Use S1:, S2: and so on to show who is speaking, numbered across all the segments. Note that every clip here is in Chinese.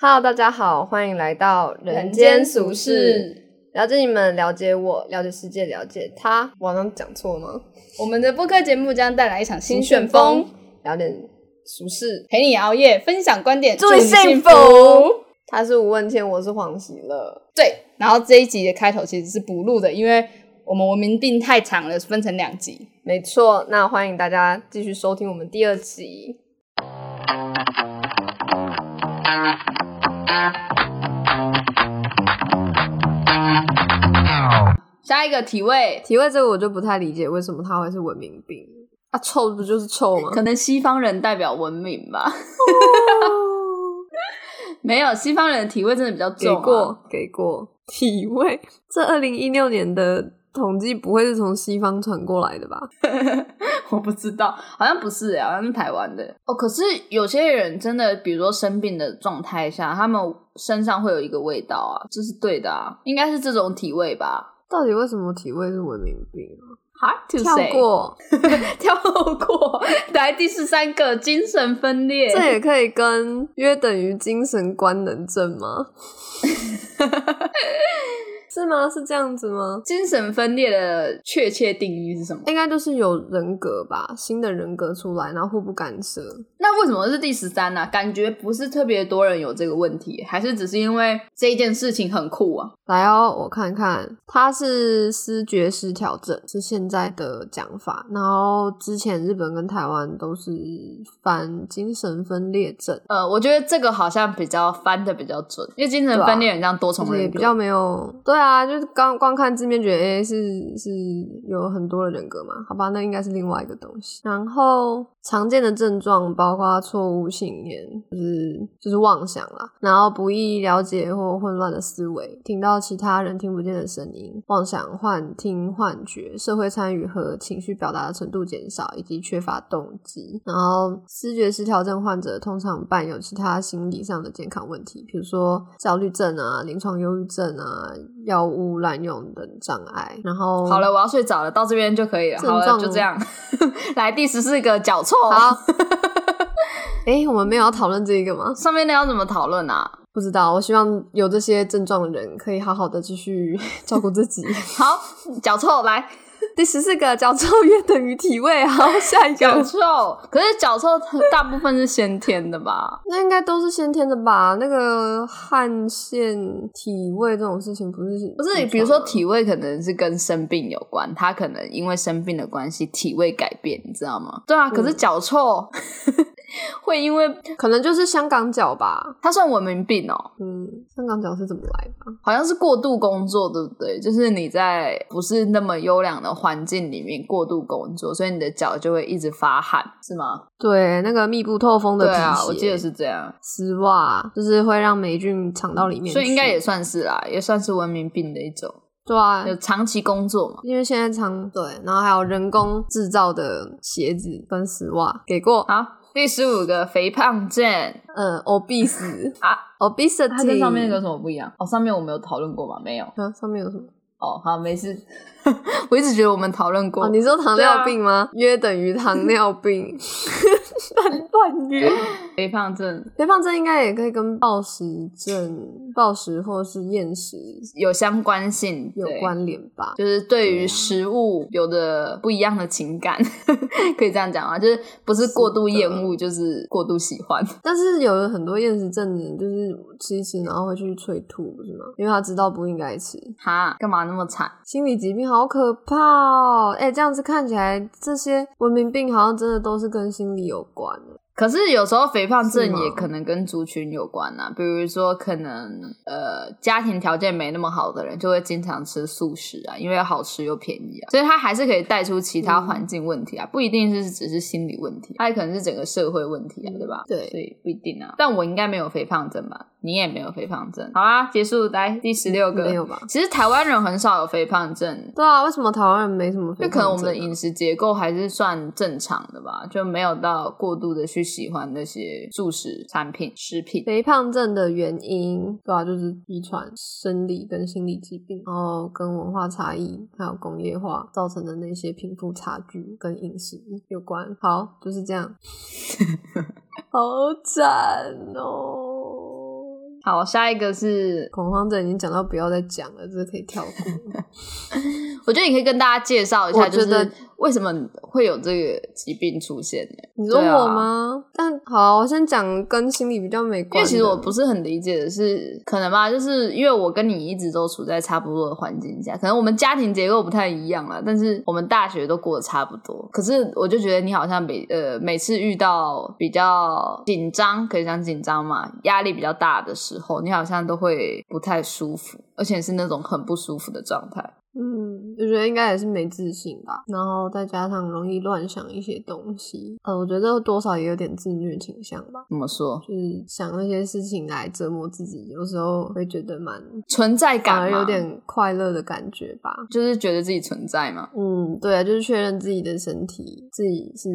S1: Hello，大家好，欢迎来到人间俗事，，了解你们，了解我，了解世界，了解他。我刚刚讲错了吗？
S2: 我们的播客节目将带来一场新旋风，，
S1: 聊点俗事，
S2: 陪你熬夜，分享观点，
S1: 祝
S2: 你
S1: 你幸
S2: 福。
S1: 福。他是吴问天，我是黄喜乐。
S2: 对，然后这一集的开头其实是不录的，因为我们文明病太长了，分成两集。
S1: 没错，那欢迎大家继续收听我们第二集。
S2: 下一个体位，
S1: 体味这个我就不太理解，为什么它会是文明病？啊，臭不就是 臭啊吗？
S3: 可能西方人代表文明吧。 没有，西方人的体味真的比较
S1: 给
S3: 重、啊。
S1: 过，给过体味。这二零一六年的统计不会是从西方传过来的吧？
S3: 我不知道，好像不是、欸，好像是台湾的哦。可是有些人真的，比如说生病的状态下，他们身上会有一个味道啊，这是对的啊，应该是这种体味吧。
S1: 到底为什么体味是文明病啊？
S3: Hard to
S1: 跳
S3: say，
S1: 过，
S3: 跳过，来第十三个精神分裂，
S1: 这也可以跟约等于精神官能症吗？是吗？是这样子吗？
S3: 精神分裂的确切定义是什么？
S1: 应该就是有人格吧，新的人格出来，然后互不干涉。
S3: 那为什么是第十三呢？感觉不是特别多人有这个问题，还是只是因为这一件事情很酷啊？
S1: 来哦，我看看，它是思觉失调症，是现在的讲法。然后之前日本跟台湾都是翻精神分裂症，
S3: 呃，我觉得这个好像比较翻的比较准，因为精神分裂很像多重
S1: 啊就是也
S3: 人格，
S1: 比较没有。对啊，就是刚光看字面觉得，诶、是是有很多的人格嘛？好吧，那应该是另外一个东西。然后常见的症状包括错误信念，就是就是妄想啦，然后不易了解或混乱的思维，听到其他人听不见的声音，妄想、幻听、幻觉，社会参与和情绪表达的程度减少，以及缺乏动机。然后思觉失调症患者通常伴有其他心理上的健康问题，比如说焦虑症啊、临床忧郁症啊、药物滥用等障碍。然后
S3: 好了，，我要睡着了，到这边就可以了。
S1: 症
S3: 好了，
S1: 状
S3: 就这样。 来第十四个脚臭，
S1: 好，哎、我们没有要讨论这一个吗？
S3: 上面那要怎么讨论啊？
S1: 不知道，我希望有这些症状的人可以好好的继续 照顾自己。
S3: 好，脚臭来，
S1: 第十四个，脚臭约等于体味。好，下一
S3: 脚
S1: 个，
S3: 臭。 可是脚臭大部分是先天的吧？
S1: 那应该都是先天的吧？那个汗腺体味这种事情，不是
S3: 不是，比如说体味可能是跟生病有关，他可能因为生病的关系体味改变，你知道吗？对啊，可是脚臭、 会因为
S1: 可能就是香港脚吧。
S3: 它算文明病哦，
S1: 嗯，香港脚是怎么来的？
S3: 好像是过度工作，对不对？就是你在不是那么优良的环境里面过度工作，所以你的脚就会一直发汗，是吗？
S1: 对，那个密不透风的
S3: 对
S1: 皮鞋，
S3: 啊，我记得是这样，
S1: 丝袜，就是会让霉菌藏到里面去，
S3: 所以应该也算是啦，也算是文明病的一种，
S1: 对啊。
S3: 有长期工作嘛。
S1: 因为现在常对，然后还有人工制造的鞋子跟丝袜，给过，
S3: 好，第十五个肥胖症。
S1: 嗯，obese
S3: 啊
S1: ，obesity，
S3: 它跟上面那个有什么不一样？哦，上面我们有讨论过吗？没有。
S1: 啊，上面有什么？
S3: 哦，好，没事。 我一直觉得我们讨论过。
S1: 哦，你说糖
S3: 对啊
S1: 尿病吗？约等于糖尿 病，乱乱约。
S3: 肥胖症
S1: 肥胖症应该也可以跟暴食症、暴食或是厌食
S3: 有相关性，
S1: 有
S3: 对，
S1: 关联吧？
S3: 就是对啊于食物有的不一样的情感， 可以这样讲啊，就是不是过度厌恶，就是过度喜欢。
S1: 但是有很多厌食症的人，就是吃一吃，然后会去催吐，不是吗？因为他知道不应该吃。
S3: 哈，干嘛那么惨？
S1: 心理疾病好可怕哦！哎、这样子看起来，这些文明病好像真的都是跟心理有关的。
S3: 可是有时候肥胖
S1: 是
S3: 症
S1: 吗
S3: 也可能跟族群有关啊，比如说可能呃家庭条件没那么好的人就会经常吃素食啊，因为好吃又便宜啊，所以它还是可以带出其他环境问
S1: 嗯
S3: 题啊，不一定是只是心理问题，它也可能是整个社会问题啊，对吧？
S1: 嗯对
S3: 所以不一定啊。但我应该没有肥胖症吧？你也没有肥胖症，好啦，结束来第十六个，
S1: 没有吧？
S3: 其实台湾人很少有肥胖症，
S1: 对啊，为什么台湾人没什么
S3: 就
S1: 肥胖症啊？
S3: 可能我们的饮食结构还是算正常的吧，就没有到过度的去喜欢那些素食产品、食品。
S1: 肥胖症的原因，主要就是遗传、生理跟心理疾病，然后跟文化差异，还有工业化造成的那些贫富差距跟饮食有关。好， 就是这样。好惨哦！
S3: 好，下一个是，
S1: 恐慌症已经讲到不要再讲了，这个可以跳 过。
S3: 我觉得你可以跟大家介绍一
S1: 我
S3: 下，
S1: 觉
S3: 就
S1: 得
S3: 是为什么会有这个疾病出现呢？
S1: 你说
S3: 对啊
S1: 我吗？但好，啊我先讲跟心理比较没
S3: 因
S1: 关
S3: 为
S1: 的。
S3: 其实我不是很理解的是，可能吧，就是因为我跟你一直都处在差不多的环境下，可能我们家庭结构不太一样啦，但是我们大学都过得差不多。可是我就觉得你好像每呃每次遇到比较紧张，可以讲紧张嘛，压力比较大的时候，你好像都会不太舒服，而且是那种很不舒服的状态。
S1: 嗯，我觉得应该也是没自信吧，然后再加上容易乱想一些东西，呃，我觉得多少也有点自虐倾向吧，
S3: 怎么说？
S1: 就是想那些事情来折磨自己，有时候会觉得蛮
S3: 存在
S1: 反
S3: 感
S1: 而
S3: 嘛
S1: 啊有，点快乐的感觉吧。
S3: 就是觉得自己存在嘛，
S1: 嗯，对啊，就是确认自己的身体，自己是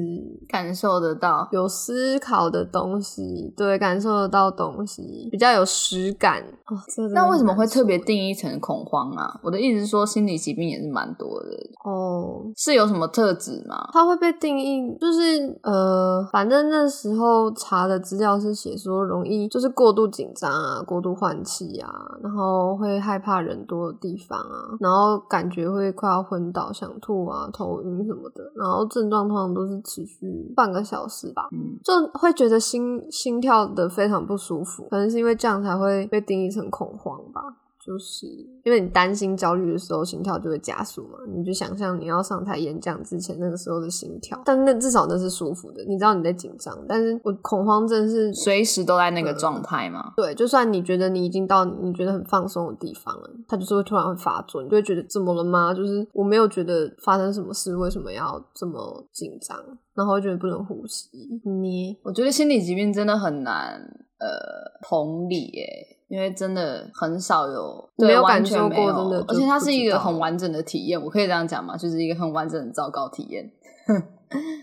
S3: 感受得到。
S1: 有思考的东西，对，感受得到东西，比较有实感。哦，这真的
S3: 那为什么
S1: 很
S3: 会
S1: 难
S3: 特别
S1: 说
S3: 定义成恐慌啊？我的意思是说，心理疾病也是蛮多的，
S1: 哦？
S3: 是有什么特质吗？
S1: 它会被定义，就是呃，反正那时候查的资料是写说容易就是过度紧张啊，过度换气啊，然后会害怕人多的地方啊，然后感觉会快要昏倒、想吐啊、头晕什么的，然后症状通常都是持续半个小时吧。
S3: 嗯，
S1: 就会觉得心心跳的非常不舒服，可能是因为这样才会被定义成恐慌吧。就是因为你担心、焦虑的时候，心跳就会加速嘛。你就想象你要上台演讲之前那个时候的心跳，但那至少那是舒服的，你知道你在紧张。但是我恐慌症是
S3: 随时都在那
S1: 嗯
S3: 个状态吗？
S1: 对，就算你觉得你已经到你觉得很放松的地方了，它就是会突然会发作，你就会觉得怎么了吗？就是我没有觉得发生什么事，为什么要这么紧张？然后会觉得不能呼吸，捏。
S3: 我觉得心理疾病真的很难，呃，同理耶。因为真的很少有对
S1: 没有
S3: 完
S1: 感
S3: 全
S1: 受
S3: 没
S1: 过
S3: 有
S1: 真的就
S3: 而且它
S1: 不
S3: 是一
S1: 知
S3: 个
S1: 道
S3: 很完整的体验，我可以这样讲吗？就是一个很完整的糟糕体验，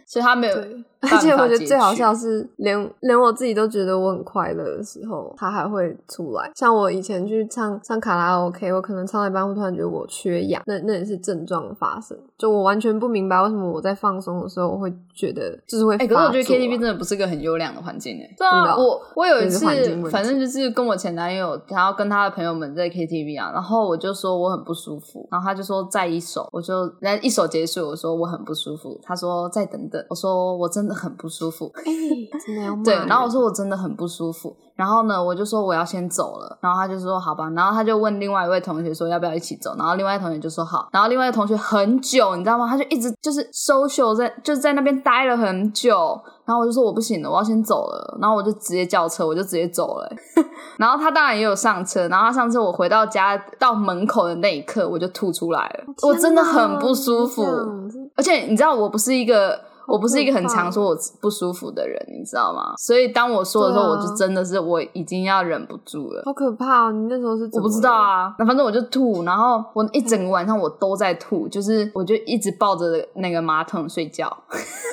S3: 所以它没有
S1: 对，
S3: 办
S1: 而且
S3: 法
S1: 我觉得
S3: 截
S1: 最好
S3: 取
S1: 笑是连，连我自己都觉得我很快乐的时候，它还会出来。像我以前去唱唱卡拉 OK，我可能唱到一半会突然觉得我缺氧，那那也是症状发生。就我完全不明白为什么我在放松的时候我会觉得就是会发作啊、
S3: 哎、可是我觉得 KTV 真的不是个很优良的环境哎、对
S1: 真的
S3: 啊，
S1: 哦
S3: 我我有一
S1: 那是
S3: 次
S1: 环境问，题
S3: 反正就是跟我前男友，然后跟他的朋友们在 KTV 啊，然后我就说我很不舒服，然后他就说再一首，我就那一首结束，我说我很不舒服，他说再等等，我说我真的很不舒服，
S1: 哎、真的要骂
S3: 对，然后我
S1: 人
S3: 说我真的很不舒服，然后呢，我就说我要先走了，然后他就说好吧，然后他就问另外一位同学说要不要一起走，然后另外一位同学就说好，然后另外一位同学很久，你知道吗？他就一直就是 social 在就是在那边待了很久，然后我就说我不行了，我要先走了，然后我就直接叫车，我就直接走了、欸 然后他当然也有上车，然后他上车，我回到家到门口的那一刻，我就吐出来了，
S1: 哦
S3: 我真的很不舒服。
S1: 天哪这样子
S3: 而且你知道，我不是一个，我不是一个很
S1: 可怕
S3: 常说我不舒服的人，你知道吗？所以当我说的时候，
S1: 对啊
S3: 我就真的是我已经要忍不住了。
S1: 好可怕哦！你那时候是
S3: 我
S1: 怎
S3: 不
S1: 么
S3: 知道
S1: 了，
S3: 啊，那反正我就吐，然后我一整个晚上我都在吐，就是我就一直抱着那个马桶睡觉，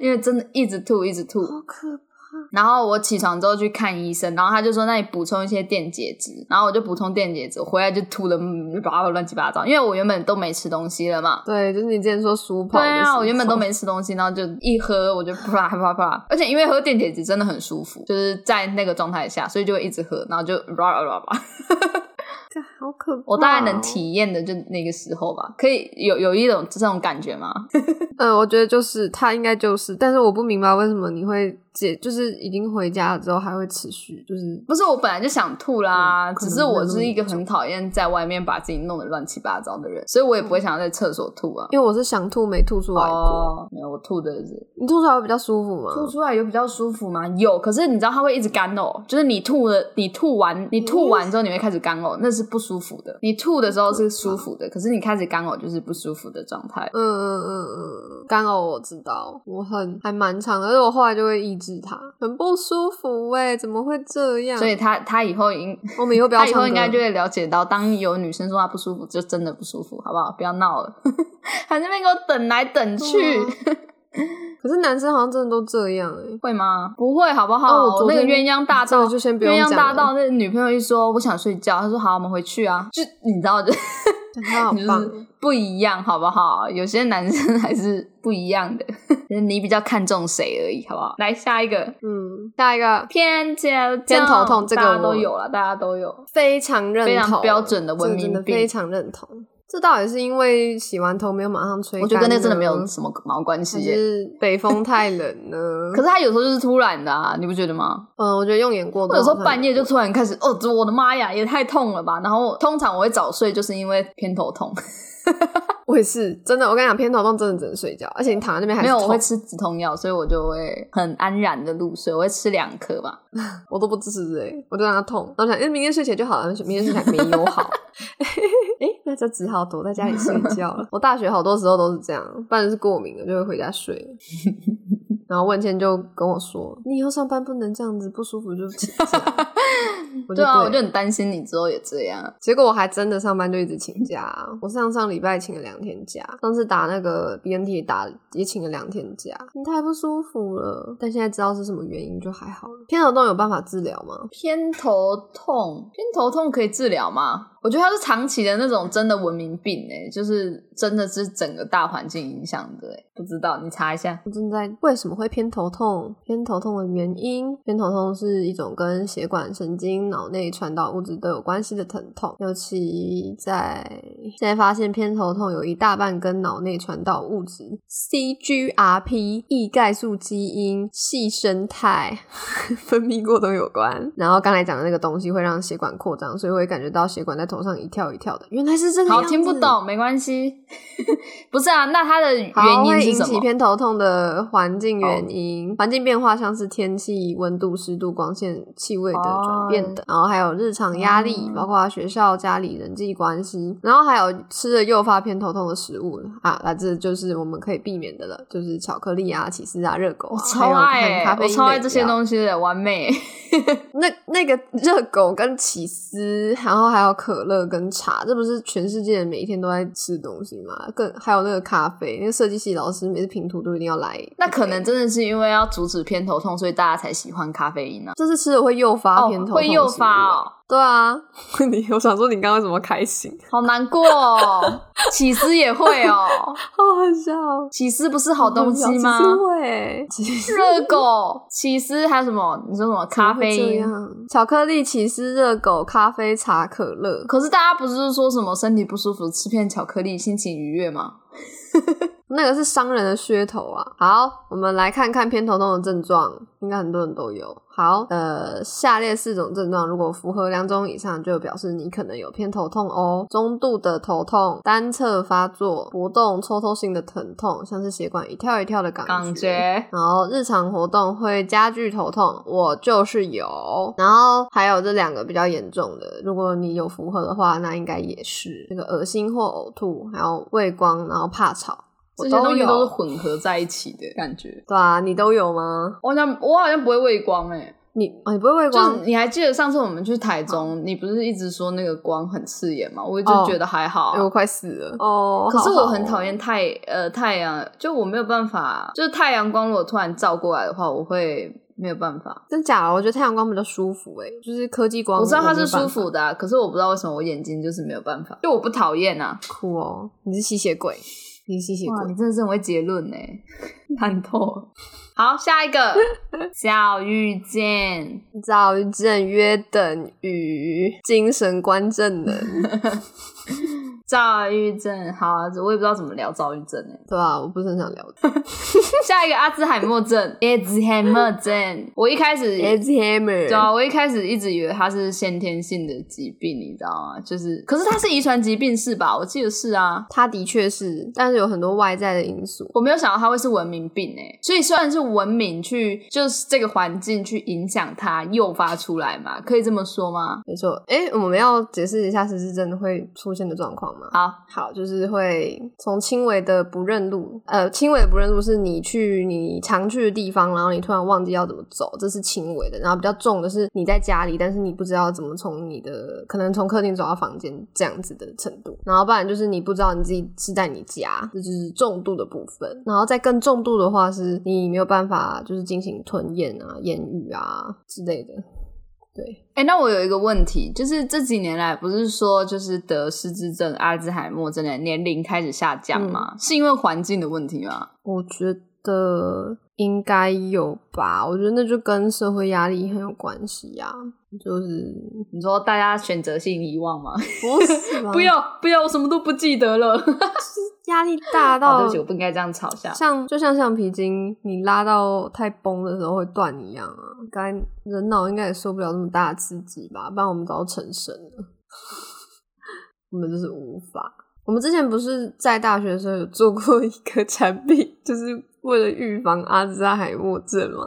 S3: 因为真的一直吐，一直吐。
S1: 好可怕。
S3: 然后我起床之后去看医生，然后他就说那你补充一些电解质，然后我就补充电解质，我回来就吐的叭叭乱七八糟，因为我原本都没吃东西了嘛。
S1: 对，就是你之前说书跑
S3: 对
S1: 的时候，
S3: 啊，我原本都没吃东西，然后就一喝我就啪啪啪，而且因为喝电解质真的很舒服，就是在那个状态下，所以就会一直喝，然后就叭叭叭 叭。
S1: 干，好可怕、哦
S3: 我大概能。体验的就那个时候吧，可以有有一种这种感觉吗？
S1: 嗯，我觉得就是他应该就是，但是我不明白为什么你会解，就是已经回家了之后还会持续，就是
S3: 不是，我本来就想吐啦，
S1: 嗯可
S3: 只
S1: 能
S3: 是我是一个很讨厌在外面把自己弄得乱七八糟的人，所以我也不会想要在厕所吐啊。
S1: 因为我是想吐没吐出来过，
S3: 哦，没有，我吐的是
S1: 你吐出来会比较舒服吗？
S3: 吐出来有比较舒服吗？有，可是你知道它会一直干呕，就是你吐了，你吐完，你吐完之后你会开始干呕，那是不舒服的。你吐的时候是舒服的，可是你开始干呕就是不舒服的状态。
S1: 嗯嗯嗯嗯嗯，干呕我知道，我很还蛮长的，而且我后来就会抑制它，很不舒服哎、怎么会这样？
S3: 所以他他以后应
S1: 我们以后嗯不要
S3: 他
S1: 唱
S3: 以
S1: 歌，
S3: 后应该就会了解到，当有女生说她不舒服，就真的不舒服，好不好？不要闹了， 还在那边给我等来等去。
S1: 对 啊可是男生好像真的都这样哎、
S3: 会吗？不会，好不好？
S1: 哦我昨
S3: 那
S1: 天
S3: 个鸳鸯大
S1: 这
S3: 道
S1: 个就先不用
S3: 鸳鸯
S1: 讲
S3: 大道
S1: 了
S3: 那女朋友一说我想睡觉，她说好，我们回去啊。就你知道，就
S1: 但他好
S3: 就是
S1: 棒，
S3: 不一样，好不好？有些男生还是不一样 的，就是你比较看重谁而已，好不好？来下一个，
S1: 嗯，下一个
S3: 偏见
S1: 偏头痛这个
S3: 大家都
S1: 我
S3: 有了，大家都有。
S1: 非常认同，
S3: 非常标准的文明
S1: 这真的
S3: 病
S1: 非常认同。这到底是因为洗完头没有马上吹干，
S3: 我觉得跟那个真的没有，什么毛关系
S1: 还
S3: 耶。
S1: 是北风太冷 呢？
S3: 可是他有时候就是突然的啊，你不觉得吗？
S1: 嗯，我觉得用眼过
S3: 我
S1: 度，
S3: 有时候半夜就突然开始，哦，这我的妈呀，也太痛了吧！然后通常我会早睡，就是因为偏头 痛，
S1: 我也是真的，我跟你讲，偏头痛真的只能睡觉，而且你躺在那边还是
S3: 没有我
S1: 痛
S3: 会吃止痛药，所以我就会很安然的入睡，我会吃两颗吧。
S1: 我都不支持哎、我就让它痛，然后想，哎、明天睡前就好了，明天睡前没有 好，哎、那就只好躲在家里睡觉了。我大学好多时候都是这样，不然就是过敏了就会回家睡 了。然后问倩就跟我说：“你以后上班不能这样子，不舒服就请假。”我就
S3: 对啊，我
S1: 对
S3: 就很担心你之后也这样。
S1: 结果我还真的上班就一直请假，啊我上上礼拜请了两天假，上次打那个 BNT 打也请了两天假，太不舒服了。但现在知道是什么原因就还好了。偏头痛有办法治疗吗？
S3: 偏头痛，偏头痛可以治疗吗？我觉得它是长期的那种真的文明病哎、就是真的是整个大环境影响的、欸，不知道你查一下。
S1: 我正在为什么会偏头痛？偏头痛的原因，偏头痛是一种跟血管、神经、脑内传导物质都有关系的疼痛，尤其在现在发现偏头痛有一大半跟脑内传导物质 CGRP 易钙素基因细生态 分泌过多有关。然后刚才讲的那个东西会让血管扩张，所以会感觉到血管在头上一跳一跳的。原来是这个
S3: 好，
S1: 样
S3: 听不
S1: 子
S3: 懂没关系。 不是啊，那它的
S1: 好
S3: 原因
S1: 会
S3: 是
S1: 引
S3: 什
S1: 起
S3: 么？
S1: 偏头痛的环境原因，环境变化像是天气、温度、湿度、光线、气味的转变等，然后还有日常压力，
S3: 哦
S1: 包括学校、家里人际关系，然后还有吃了诱发偏头痛的食物啊，那这就是我们可以避免的了，就是巧克力啊、起司啊、热狗
S3: 我
S1: 啊，
S3: 哦超爱、
S1: 还有含咖
S3: 欸，
S1: 啡
S3: 我
S1: 因
S3: 超爱
S1: 的
S3: 这些
S1: 饮料
S3: 东西的，完美、
S1: 那那个热狗跟起司，然后还有可乐跟茶，这不是全世界人每一天都在吃的东西吗？更还有那个咖啡，那个设计系老师每次评图都一定要来。
S3: 那可能真的是因为要阻止偏头痛，所以大家才喜欢咖啡因呢、啊
S1: 这是吃了会诱发
S3: 哦
S1: 偏头，痛、
S3: 会诱发。哦，
S1: 对啊， 你我想说你刚刚为什么开心？
S3: 好难过哦。起司也 会哦，
S1: 好好笑哦，
S3: 起司不是好东西吗？
S1: 只是会，只 是
S3: 热狗、起司还有什么？你说什么咖啡
S1: 会这
S3: 因？
S1: 样，巧克力、起司、热狗、咖啡、茶、可乐，
S3: 可是大家不是说什么身体不舒服吃片巧克力心情愉悦吗？
S1: 那个是商人的噱头啊。好，我们来看看偏头痛的症状，应该很多人都有。好，呃，下列四种症状如果符合两种以上，就表示你可能有偏头痛哦。中度的头痛，单侧发作，搏动、抽抽性的疼痛，像是血管一跳一跳的感
S3: 感觉
S1: 然后日常活动会加剧头痛，我就是有。然后还有这两个比较严重的，如果你有符合的话，那应该也是那个恶心或呕吐，还有畏光，然后怕吵，我
S3: 这些东西
S1: 有。
S3: 都是混合在一起的感觉。
S1: 对啊，你都有吗？
S3: 我好像我好像不会畏光哎、
S1: 你哦，你不会畏
S3: 就
S1: 光
S3: 是？你还记得上次我们去台中，你不是一直说那个光很刺眼吗？我就
S1: 哦
S3: 觉得还好啊、
S1: 哎我快死了哦！
S3: 可是
S1: 好好哦
S3: 我很讨厌太呃太阳，就我没有办法，就是太阳光如果突然照过来的话，我会没有办法。
S1: 真假的？我觉得太阳光比较舒服诶、就是科技光。
S3: 我知道它
S1: 没
S3: 是
S1: 有办法
S3: 舒服的、啊，可是我不知道为什么我眼睛就是没有办法，就我不讨厌啊。
S1: 酷哦。你是吸血鬼，你是吸血
S3: 哇，你
S1: 鬼。
S3: 真的是很会结论呢， 烂透了。好，下一个 教育见，
S1: 躁郁症约等于精神官症能。
S3: 躁郁症。好啊，我也不知道怎么聊躁郁症呢。
S1: 对啊，我不是很想聊。
S3: 下一个阿兹海默症，阿兹海默症。我一开 始
S1: Alzheimer，
S3: 对啊，我一开始一直以为它是先天性的疾病，你知道吗？就是，可是它是遗传疾病是吧？我记得是啊。
S1: 它的确是，但是有很多外在的因素。
S3: 我没有想到它会是文明病诶、所以虽然是文明去，就是这个环境去影响它，诱发出来嘛，可以这么说吗？
S1: 没错，哎，我们要解释一下失智症会出现的状况吗？
S3: 好，
S1: 好，就是会从轻微的不认路，呃，轻微的不认路是你去你常去的地方，然后你突然忘记要怎么走，这是轻微的。然后比较重的是你在家里，但是你不知道怎么从你的可能从客厅走到房间这样子的程度。然后不然就是你不知道你自己是在你家，这就是重度的部分。然后再更重度的话，是你没有办法就是进行吞咽啊、言语啊之类的。对，
S3: 哎、那我有一个问题，就是这几年来不是说就是得失智症、阿兹海默症的年龄开始下降
S1: 嗯
S3: 吗？是因为环境的问题吗？
S1: 我觉得应该有吧。我觉得那就跟社会压力很有关系呀、 就是
S3: 你说大家选择性遗忘吗？
S1: 不是吧
S3: 不要不要，我什么都不记得了。
S1: 压力大
S3: 哦，对
S1: 到
S3: 不起，我不应该这样嘲笑。
S1: 像就像橡皮筋，你拉到太崩的时候会断一样啊。该人脑应该也受不了这么大的刺激吧，不然我们早就成神了。 我们就是无法。我们之前不是在大学的时候有做过一个产品，就是为了预防阿兹海默症嘛。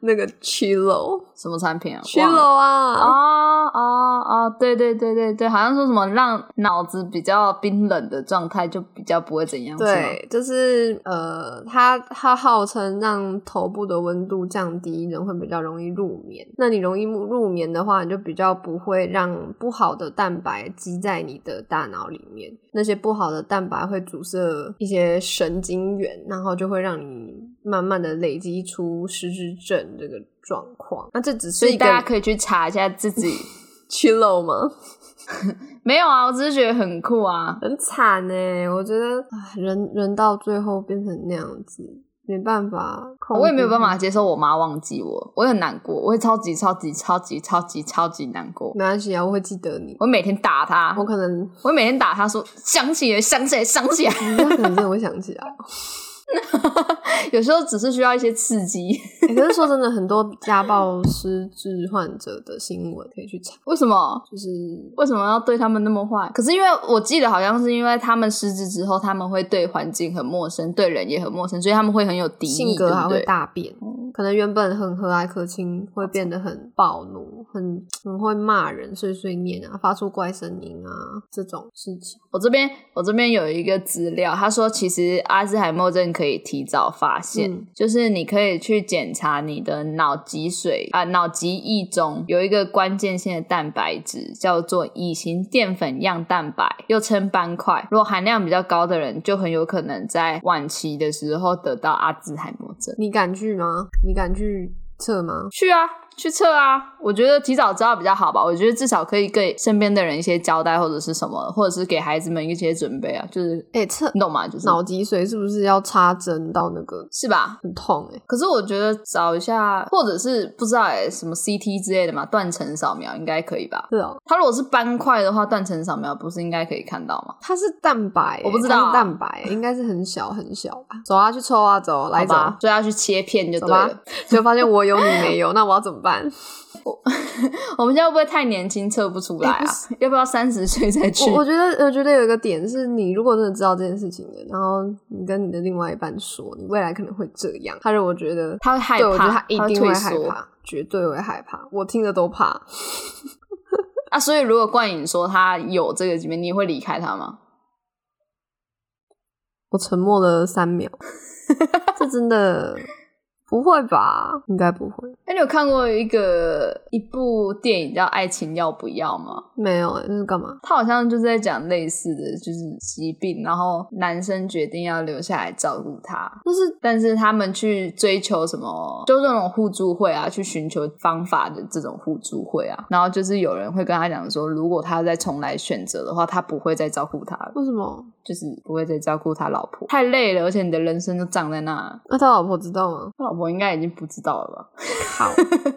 S1: 那个 Chilo
S3: 什么产品啊？忘了
S1: Chilo 啊，
S3: 哦哦哦，对对对对对，好像说什么让脑子比较冰冷的状态就比较不会怎样，是吗，
S1: 对，就是呃，它它号称让头部的温度降低，人会比较容易入眠。那你容易入入眠的话，你就比较不会让不好的蛋白积在你的大脑里面。那些不好的蛋白会阻塞一些神经元，然后就会让你慢慢的累积出失智症这个状况。那这只
S3: 所
S1: 是
S3: 以
S1: 一个
S3: 大 家可以去查一下自己。
S1: chillo 吗？
S3: 没有啊，我只是觉得很酷啊。
S1: 很惨呢、欸我觉得唉人人到最后变成那样子，没办法控制，
S3: 我也没有办法接受我妈忘记我，我也很难过，我会超级超级超级超级超级难过。
S1: 没关系啊，我会记得你。
S3: 我每天打她，
S1: 我可能，
S3: 我每天打她说想起来，想起来，想起来。
S1: 他可能真的会想起来。哦
S3: 有时候只是需要一些刺激。
S1: 欸可是说真的，很多家暴失智患者的新闻可以去查，
S3: 为什么？
S1: 就是
S3: 为什么要对他们那么坏？可是因为我记得好像是因为他们失智之后，他们会对环境很陌生，对人也很陌生，所以他们会很有敌意，
S1: 性格还会
S3: 对嗯不对？
S1: 大变，可能原本很和蔼可亲，会变得很暴怒，很很会骂人、碎碎念啊，发出怪声音啊这种事情。
S3: 我这边我这边有一个资料，他说其实阿兹海默症可以提早发现，
S1: 嗯
S3: 就是你可以去检查你的脑脊髓啊、脑脊液中有一个关键性的蛋白质叫做乙型淀粉样蛋白，又称斑块。如果含量比较高的人，就很有可能在晚期的时候得到阿兹海默症。
S1: 你敢去吗？你敢去测吗？
S3: 去啊，去测啊！我觉得提早知道比较好吧。我觉得至少可以给身边的人一些交代，或者是什么，或者是给孩子们一些准备啊。就是
S1: 哎、测
S3: 你懂吗？就是
S1: 脑脊髓是不是要插针到那个
S3: 是吧？
S1: 很痛、欸？哎，
S3: 可是我觉得找一下，或者是不知道哎、什么 CT 之类的嘛，断层扫描应该可以吧？
S1: 是哦，
S3: 它如果是斑块的话，断层扫描不是应该可以看到吗？
S1: 它是蛋白欸、
S3: 我不知道啊
S1: 它是蛋白欸、应该是很小很小吧。走啊，去抽啊，走，来
S3: 好
S1: 走，
S3: 吧，所以要去切片就
S1: 走
S3: 对
S1: 吧
S3: 了。。
S1: 结果发现我有你没有，那我要怎么 办？
S3: 我们现在会不会太年轻测不出来
S1: 哎
S3: 啊
S1: 不？
S3: 要不要三十岁再去？
S1: 我我觉得，我觉得有一个点是你如果真的知道这件事情了，然后你跟你的另外一半说，你未来可能会这样，他如果觉得
S3: 他会害怕
S1: 对我觉得他一定会
S3: 他
S1: 害
S3: 会退缩
S1: 怕，绝对会害怕，我听着都怕。
S3: 啊，所以如果冠颖说他有这个疾病，你会离开他吗？
S1: 我沉默了三 秒，这真的不会吧？应该不会，
S3: 哎、你有看过一个一部电影叫《爱情要不要》吗？
S1: 没有、欸，那是干嘛？
S3: 他好像就是在讲类似的，就是疾病，然后男生决定要留下来照顾他，
S1: 那是
S3: 但是他们去追求什么，就这种互助会啊，去寻求方法的这种互助会啊，然后就是有人会跟他讲说，如果他再重来选择的话，他不会再照顾他了，
S1: 为什么？
S3: 就是不会再照顾他老婆，太累了，而且你的人生就葬在那了，
S1: 那他老婆知道吗？
S3: 他老婆应该已经不知道了吧。
S1: 好，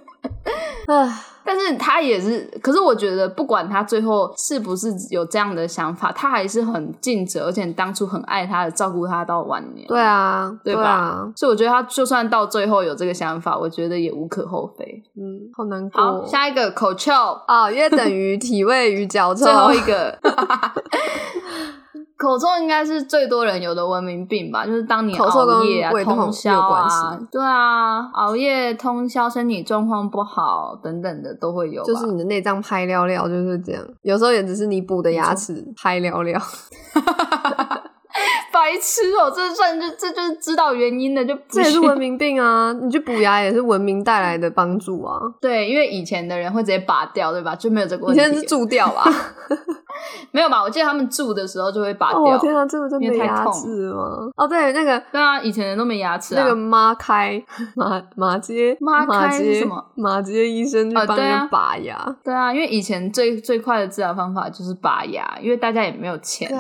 S1: 唉，
S3: 但是他也是，可是我觉得不管他最后是不是有这样的想法，他还是很尽责，而且当初很爱他的，照顾他到晚年。
S1: 对，啊，
S3: 对吧
S1: 啊，
S3: 所以我觉得他就算到最后有这个想法，我觉得也无可厚非。
S1: 嗯，好难过
S3: 好，
S1: 哦。
S3: 下一个口臭，
S1: 哦，约等于体位与脚臭
S3: 最。后一个。口臭应该是最多人有的文明病吧，就是当你
S1: 口臭
S3: 熬夜啊、
S1: 跟胃痛
S3: 通宵
S1: 有
S3: 啊
S1: 关系，
S3: 对啊，熬夜、通宵、身体状况不好等等的都会有吧。
S1: 就是你的内脏拍料料就是这样，有时候也只是你补的牙齿拍料 料。
S3: 白痴哦、这算就这就是知道原因的，就不
S1: 这也是文明病啊！你去补牙也是文明带来的帮助啊！
S3: 对，因为以前的人会直接拔掉，对吧？就没有这个
S1: 你
S3: 问
S1: 现在是
S3: 题。
S1: 蛀掉吧？
S3: 没有吧？我记得他们蛀的时候就会 拔掉。
S1: 哦天啊，这个真
S3: 因
S1: 没
S3: 为太
S1: 牙
S3: 痛
S1: 齿吗？哦，对，那个
S3: 对啊，以前人都没牙齿啊。
S1: 那个妈开 马马街
S3: 妈开是
S1: 街
S3: 什么
S1: 马街医生去
S3: 哦
S1: 帮
S3: 对啊
S1: 人拔牙。
S3: 对啊，因为以前最最快的治疗方法就是拔牙，因为大家也没有钱。
S1: God，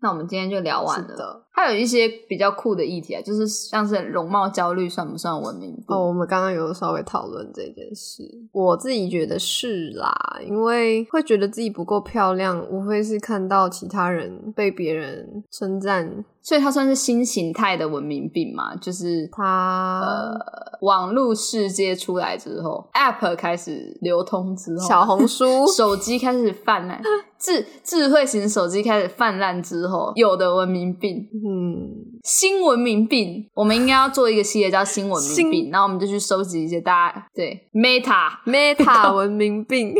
S3: 那我们今天就聊啊完
S1: 啊是
S3: 了。
S1: 的。
S3: 还有一些比较酷的议题啊，就是像是容貌焦虑算不算文明病？
S1: 哦，我们刚刚有稍微讨论这件事，我自己觉得是啦，因为会觉得自己不够漂亮，无非是看到其他人被别人称赞
S3: 所以它算是新形态的文明病嘛？就是
S1: 他、
S3: 呃，网络世界出来之后，App 开始流通之后，
S1: 小红 书
S3: 手机开始 泛滥，智智慧型手机开始泛滥之后，有的文明病，
S1: 嗯，
S3: 新文明病，我们应该要做一个系列叫新文明病，
S1: 新
S3: 然后我们就去收集一些大家对 Meta 啊
S1: Meta 文明病，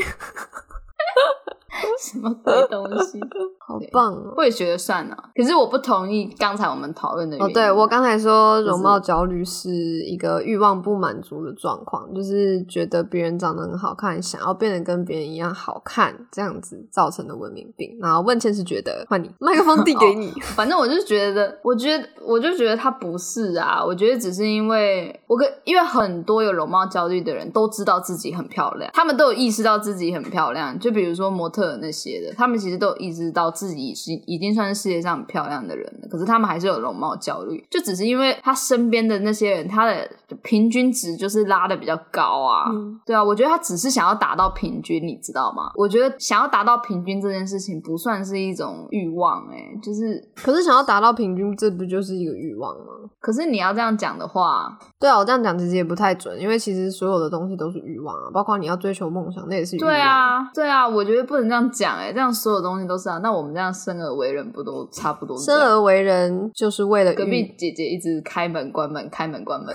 S3: 什么鬼东西，
S1: 好棒哦！
S3: 我也觉得算了。可是我不同意刚才我们讨论的原
S1: 哦，
S3: 因
S1: 对我刚才说
S3: 就是
S1: 容貌焦虑是一个欲望不满足的状况，就是觉得别人长得很好看，想要变得跟别人一样好看，这样子造成的文明病。然后问倩是觉得换你麦克风 递
S3: 哦
S1: 给你，
S3: 反正我就觉得，我觉得我就觉得他不是啊，我觉得只是因为我跟因为很多有容貌焦虑的人都知道自己很漂亮，他们都有意识到自己很漂亮。就比如说模特儿那些的，他们其实都有意识到自己是已经算是世界上很漂亮的人了，可是他们还是有容貌焦虑，就只是因为他身边的那些人，他的平均值就是拉的比较高啊。
S1: 嗯
S3: 对啊，我觉得他只是想要达到平均，你知道吗？我觉得想要达到平均这件事情不算是一种欲望、欸，就是，
S1: 可是想要达到平均，这不就是一个欲望吗？
S3: 可是你要这样讲的话，
S1: 对啊，我这样讲其实也不太准，因为其实所有的东西都是欲望啊，包括你要追求梦想，那也是欲望。
S3: 对，啊，对啊，我觉得不能这样讲，哎，这样所有东西都是啊。那我们这样生而为人，不都差不多是这
S1: 生
S3: 样？
S1: 而为人就是为了
S3: 隔壁
S1: 欲。
S3: 姐姐一直开门关门，开门关门，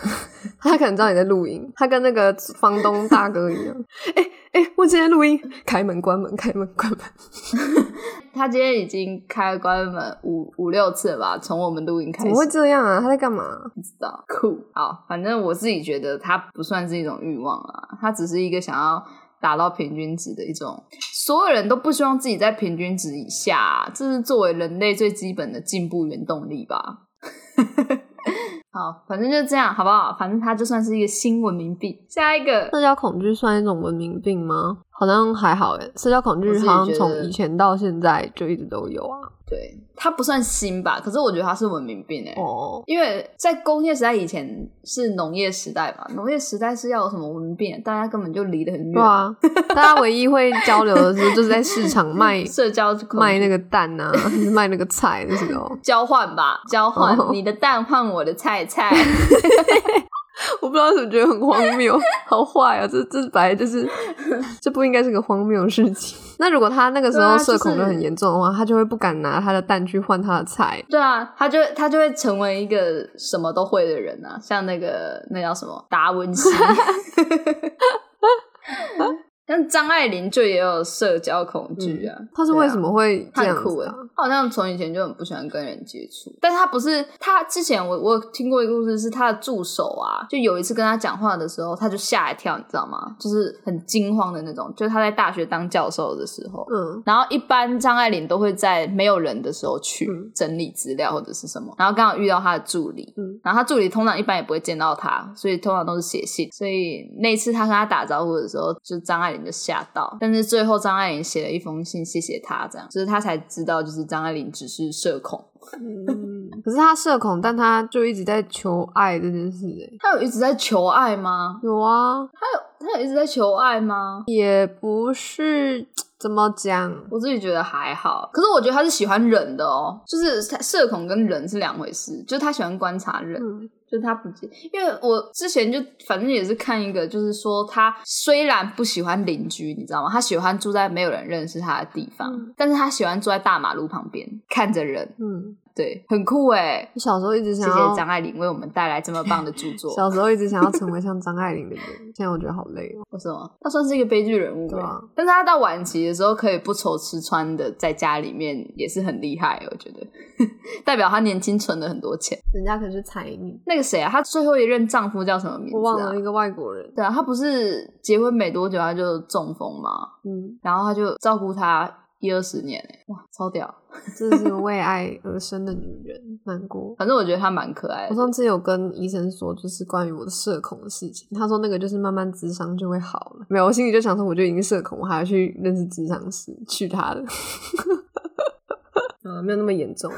S1: 他可能知道你在录音，他跟那个房东大哥一样。 哎哎、我今天录音，开门关门，开门关门。
S3: 她今天已经开关门五五六次了吧？从我们录音开
S1: 怎么会
S3: 始。
S1: 这样啊？他在干嘛？
S3: 知道，酷。好，反正我自己觉得它不算是一种欲望啊，它只是一个想要达到平均值的一种。所有人都不希望自己在平均值以下啊、这是作为人类最基本的进步原动力吧。 好，反正就这样，好不好？反正它就算是一个新文明病。下一个，
S1: 社交恐惧算一种文明病吗？好像还好诶，社交恐
S3: 我
S1: 惧
S3: 自己
S1: 好像
S3: 觉
S1: 从
S3: 得
S1: 以前到现在就一直都有啊。
S3: 对，它不算新吧？可是我觉得它是文明病哎、
S1: 哦，
S3: 因为在工业时代以前是农业时代嘛，农业时代是要有什么文明病？大家根本就离得很远
S1: 对，啊，大家唯一会交流的时候，就是在市场 卖
S3: 社交恐惧
S1: 卖那个蛋啊，还是卖那个菜的时候。
S3: 交换吧，交换、
S1: 哦
S3: 你的蛋换我的菜菜，
S1: 我不知道为什么觉得很荒谬，好坏啊！这这本来就是， 这不应该是个荒谬的事情。 那如果他那个时
S3: 对啊
S1: 候
S3: 就是
S1: 社恐就很严重的话，他就会不敢拿他的蛋去换他的菜。
S3: 对啊，他就会他就会成为一个什么都会的人啊，像那个那叫什么达文 西，但张爱玲就也有社交恐惧啊，
S1: 他是
S3: 对啊
S1: 为什么会嗯这
S3: 太
S1: 样
S3: 酷
S1: 子、
S3: 欸了
S1: 啊？！
S3: 他好像从以前就很不喜欢跟人接触，但他不是他之前我我有听过一个故事，是他的助手啊，就有一次跟他讲话的时候，他就吓一跳，你知道吗？就是很惊慌的那种，就是他在大学当教授的时候，
S1: 嗯，
S3: 然后一般张爱玲都会在没有人的时候去
S1: 嗯
S3: 整理资料或者是什么，然后刚好遇到她的助理，
S1: 嗯
S3: 然后她助理通常一般也不会见到她，所以通常都是写信。所以那一次她跟她打招呼的时候，就张爱玲就吓到，但是最后张爱玲写了一封信谢谢她，这样就是她才知道，就是张爱玲只是社恐。
S1: 可是他社恐，但他就一直在求爱这件事、欸。
S3: 她有一直在求爱吗？
S1: 有啊，
S3: 她有一直在求爱吗？
S1: 也不是怎么讲，
S3: 我自己觉得还好，可是我觉得她是喜欢人的哦，就是她社恐跟人是两回事，就是她喜欢观察人。
S1: 嗯
S3: 就他不接，因为我之前就反正也是看一个，就是说他虽然不喜欢邻居，你知道吗？他喜欢住在没有人认识他的地方，
S1: 嗯
S3: 但是他喜欢住在大马路旁边看着人，
S1: 嗯，
S3: 对，很酷哎、
S1: 我小时候一直
S3: 谢
S1: 想要
S3: 谢张爱玲为我们带来这么棒的著作。
S1: 小时候一直想要成为像张爱玲的人，现在我觉得好累哦。
S3: 为什么？他算是一个悲剧人物、欸，
S1: 对啊
S3: 但是他到晚期的时候，可以不愁吃穿的，在家里面也是很厉害，我觉得 代表他年轻存了很多钱。
S1: 人家可是才女，
S3: 那个谁啊，她最后一任丈夫叫什么名字、啊？
S1: 我忘了一个外国人，
S3: 对啊，她不是结婚没多久她就中风嘛，
S1: 嗯，
S3: 然后她就照顾她一二十年、欸，哇，超屌！
S1: 这是为爱而生的女人，难过。
S3: 反正我觉得他蛮可爱
S1: 我
S3: 的。
S1: 上次有跟医生说，就是关于我的社恐的事情，他说那个就是慢慢智商就会好了。没有，我心里就想说，我就已经社恐，我还要去认识智商师，去他的。 嗯，没有那么严重，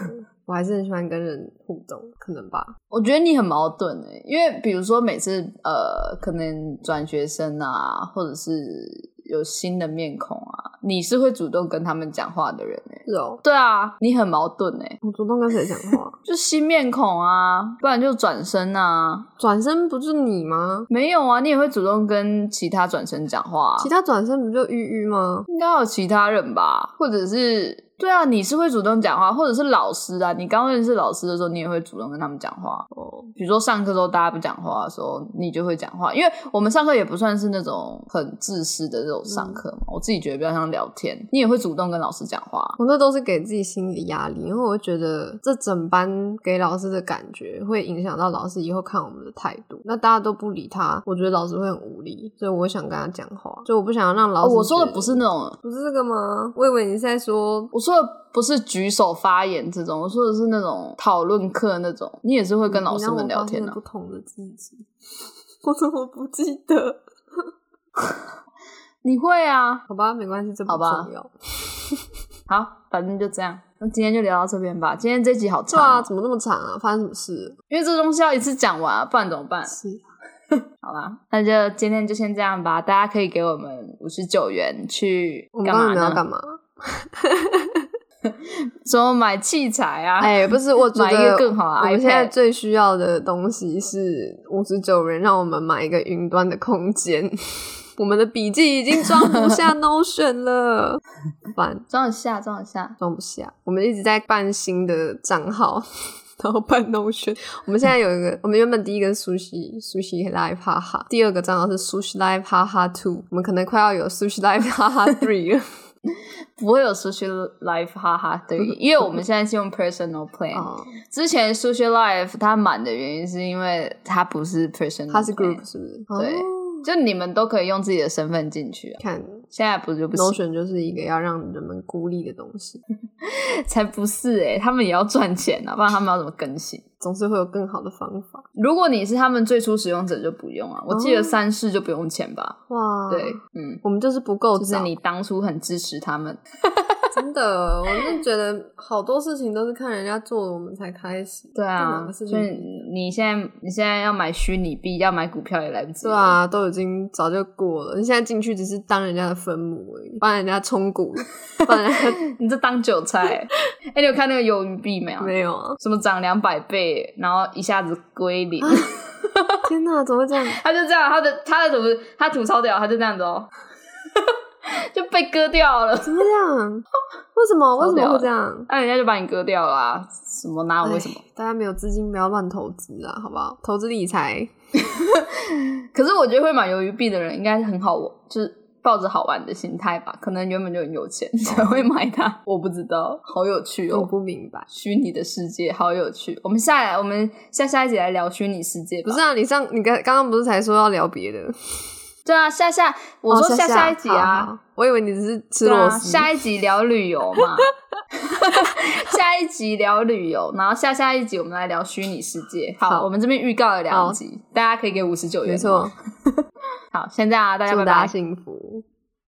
S1: 我还是很喜欢跟人互动，可能吧。
S3: 我觉得你很矛盾诶、因为比如说每次呃，可能转学生啊，或者是有新的面孔啊，你是会主动跟他们讲话的人诶、
S1: 是哦，
S3: 对啊，你很矛盾诶、
S1: 我主动跟谁讲话？啊
S3: 就新面孔啊，不然就转身啊，
S1: 转身不就是你吗？
S3: 没有啊，你也会主动跟其他转身讲话、啊，
S1: 其他转身不就郁郁吗？
S3: 应该有其他人吧，或者是。对啊，你是会主动讲话，或者是老师啊。你刚认识老师的时候，你也会主动跟他们讲话。
S1: 哦，
S3: 比如说上课时候大家不讲话的时候，你就会讲话，因为我们上课也不算是那种很自私的这种上课嘛。我自己觉得比较像聊天，你也会主动跟老师讲话。啊
S1: 我那都是给自己心理压力，因为我觉得这整班给老师的感觉会影响到老师以后看我们的态度。那大家都不理他，我觉得老师会很无力，所以我想跟他讲话，所以我不想让老
S3: 哦，
S1: 师、
S3: 我说的不是那种，
S1: 不是这个吗？我以为你是在说
S3: 我说的不是举手发言这种，我说的是那种讨论课那种，嗯你也是会跟老师们聊天
S1: 你
S3: 啊
S1: 让我发现
S3: 的、
S1: 了不同的自己， 我怎么不记得？
S3: 你会啊，
S1: 好吧，没关系，这不
S3: 好吧
S1: 重要。
S3: 好，反正就这样。那今天就聊到这边吧。今天这集好
S1: 对
S3: 长
S1: 啊，
S3: 哦、
S1: 怎么那么长啊？发生什么 事？
S3: 因为这东西要一次讲完、啊，不然怎么办？
S1: 是
S3: 好啦，那就今天就先这样吧。大家可以给我们五十九元去
S1: 我们
S3: 干
S1: 刚
S3: 嘛
S1: 刚要
S3: 呢？
S1: 干嘛？
S3: 怎么买器材啊？
S1: 哎、不是，我觉
S3: 买一个
S1: 得
S3: 更好的
S1: 我们现在
S3: iPad
S1: 最需要的东西是五十九人，让我们买一个云端的空间。我们的笔记已经装不 下 Notion 了，烦，
S3: 装得下，装得下。
S1: 装不下。我们一直在办新的账号，然后办 Notion。我们现在有一个，我们原本第一个是 Sushi Sushi Live 哈哈，第二个账号是 Sushi Live 哈哈 Two，我们可能快要有 Sushi Live 哈哈 Three 了。
S3: 不会有 social life，哈哈，对，因为我们现在是用 personal plan。
S1: 哦，
S3: 之前 social life 它满的原因是因为它不是 personal，
S1: 它是嗯
S3: plan
S1: group 是不是？
S3: 对
S1: 哦
S3: 就你们都可以用自己的身份进去啊。
S1: 看
S3: 现在不就不行？
S1: Notion 就是一个要让人们孤立的东西，
S3: 才不是诶、他们也要赚钱啊，不然他们要怎么更新？
S1: 总是会有更好的方法。
S3: 如果你是他们最初使用者就不用啊，我记
S1: 哦
S3: 得三世就不用钱吧？
S1: 哇，
S3: 对，，嗯，
S1: 我们就是不够
S3: 就是
S1: 早，
S3: 你当初很支持他们，
S1: 真的，我就觉得好多事情都是看人家做了我们才开始。
S3: 对
S1: 这两
S3: 啊，
S1: 个事
S3: 所
S1: 情
S3: 以你现在你现在要买虚拟币，要买股票也来不及。
S1: 对，啊，都已经早就过了，你现在进去只是当人家的分母而已，帮人家冲股，帮人家
S3: 你这当韭菜、欸。哎、你有看那个鱿鱼币没有？
S1: 没有啊！
S3: 什么涨两百倍，然后一下子 归零，
S1: 天哪，怎么会这样？
S3: 他就这样，他的他的怎么他吐槽掉，他就这样子哦， 就被割掉了，
S1: 怎么会这样？为什么？为什么会这样？
S3: 那人家就把你割掉了、啊，什么哪有为什么？
S1: 哎大家没有资金不要乱投资啊，好不好？投资理财
S3: 可是我觉得会买鱿鱼币的人应该是很好，就是抱着好玩的心态吧，可能原本就很有钱才会买它，我不知道，好有趣
S1: 哦我
S3: 哦。
S1: 不明白。
S3: 虚拟的世界好有趣，我们下来，我们下下一集来聊虚拟世界
S1: 不
S3: 吧。
S1: 是啊，你上你刚刚刚不是才说要聊别的？
S3: 对啊，下下我
S1: 哦
S3: 说下
S1: 下
S3: 一集
S1: 好
S3: 啊，
S1: 好我以为你只是吃
S3: 对
S1: 螺
S3: 啊，
S1: 丝。
S3: 下一集聊旅游 嘛， 下一集聊旅游，然后下下一集我们来聊虚拟世界。好，
S1: 好
S3: 我们这边预告了两
S1: 好
S3: 集，大家可以给五十九元。
S1: 没错，
S3: 好，先这样啊，大家
S1: 祝
S3: 拜
S1: 大家。
S3: 拜
S1: 幸福。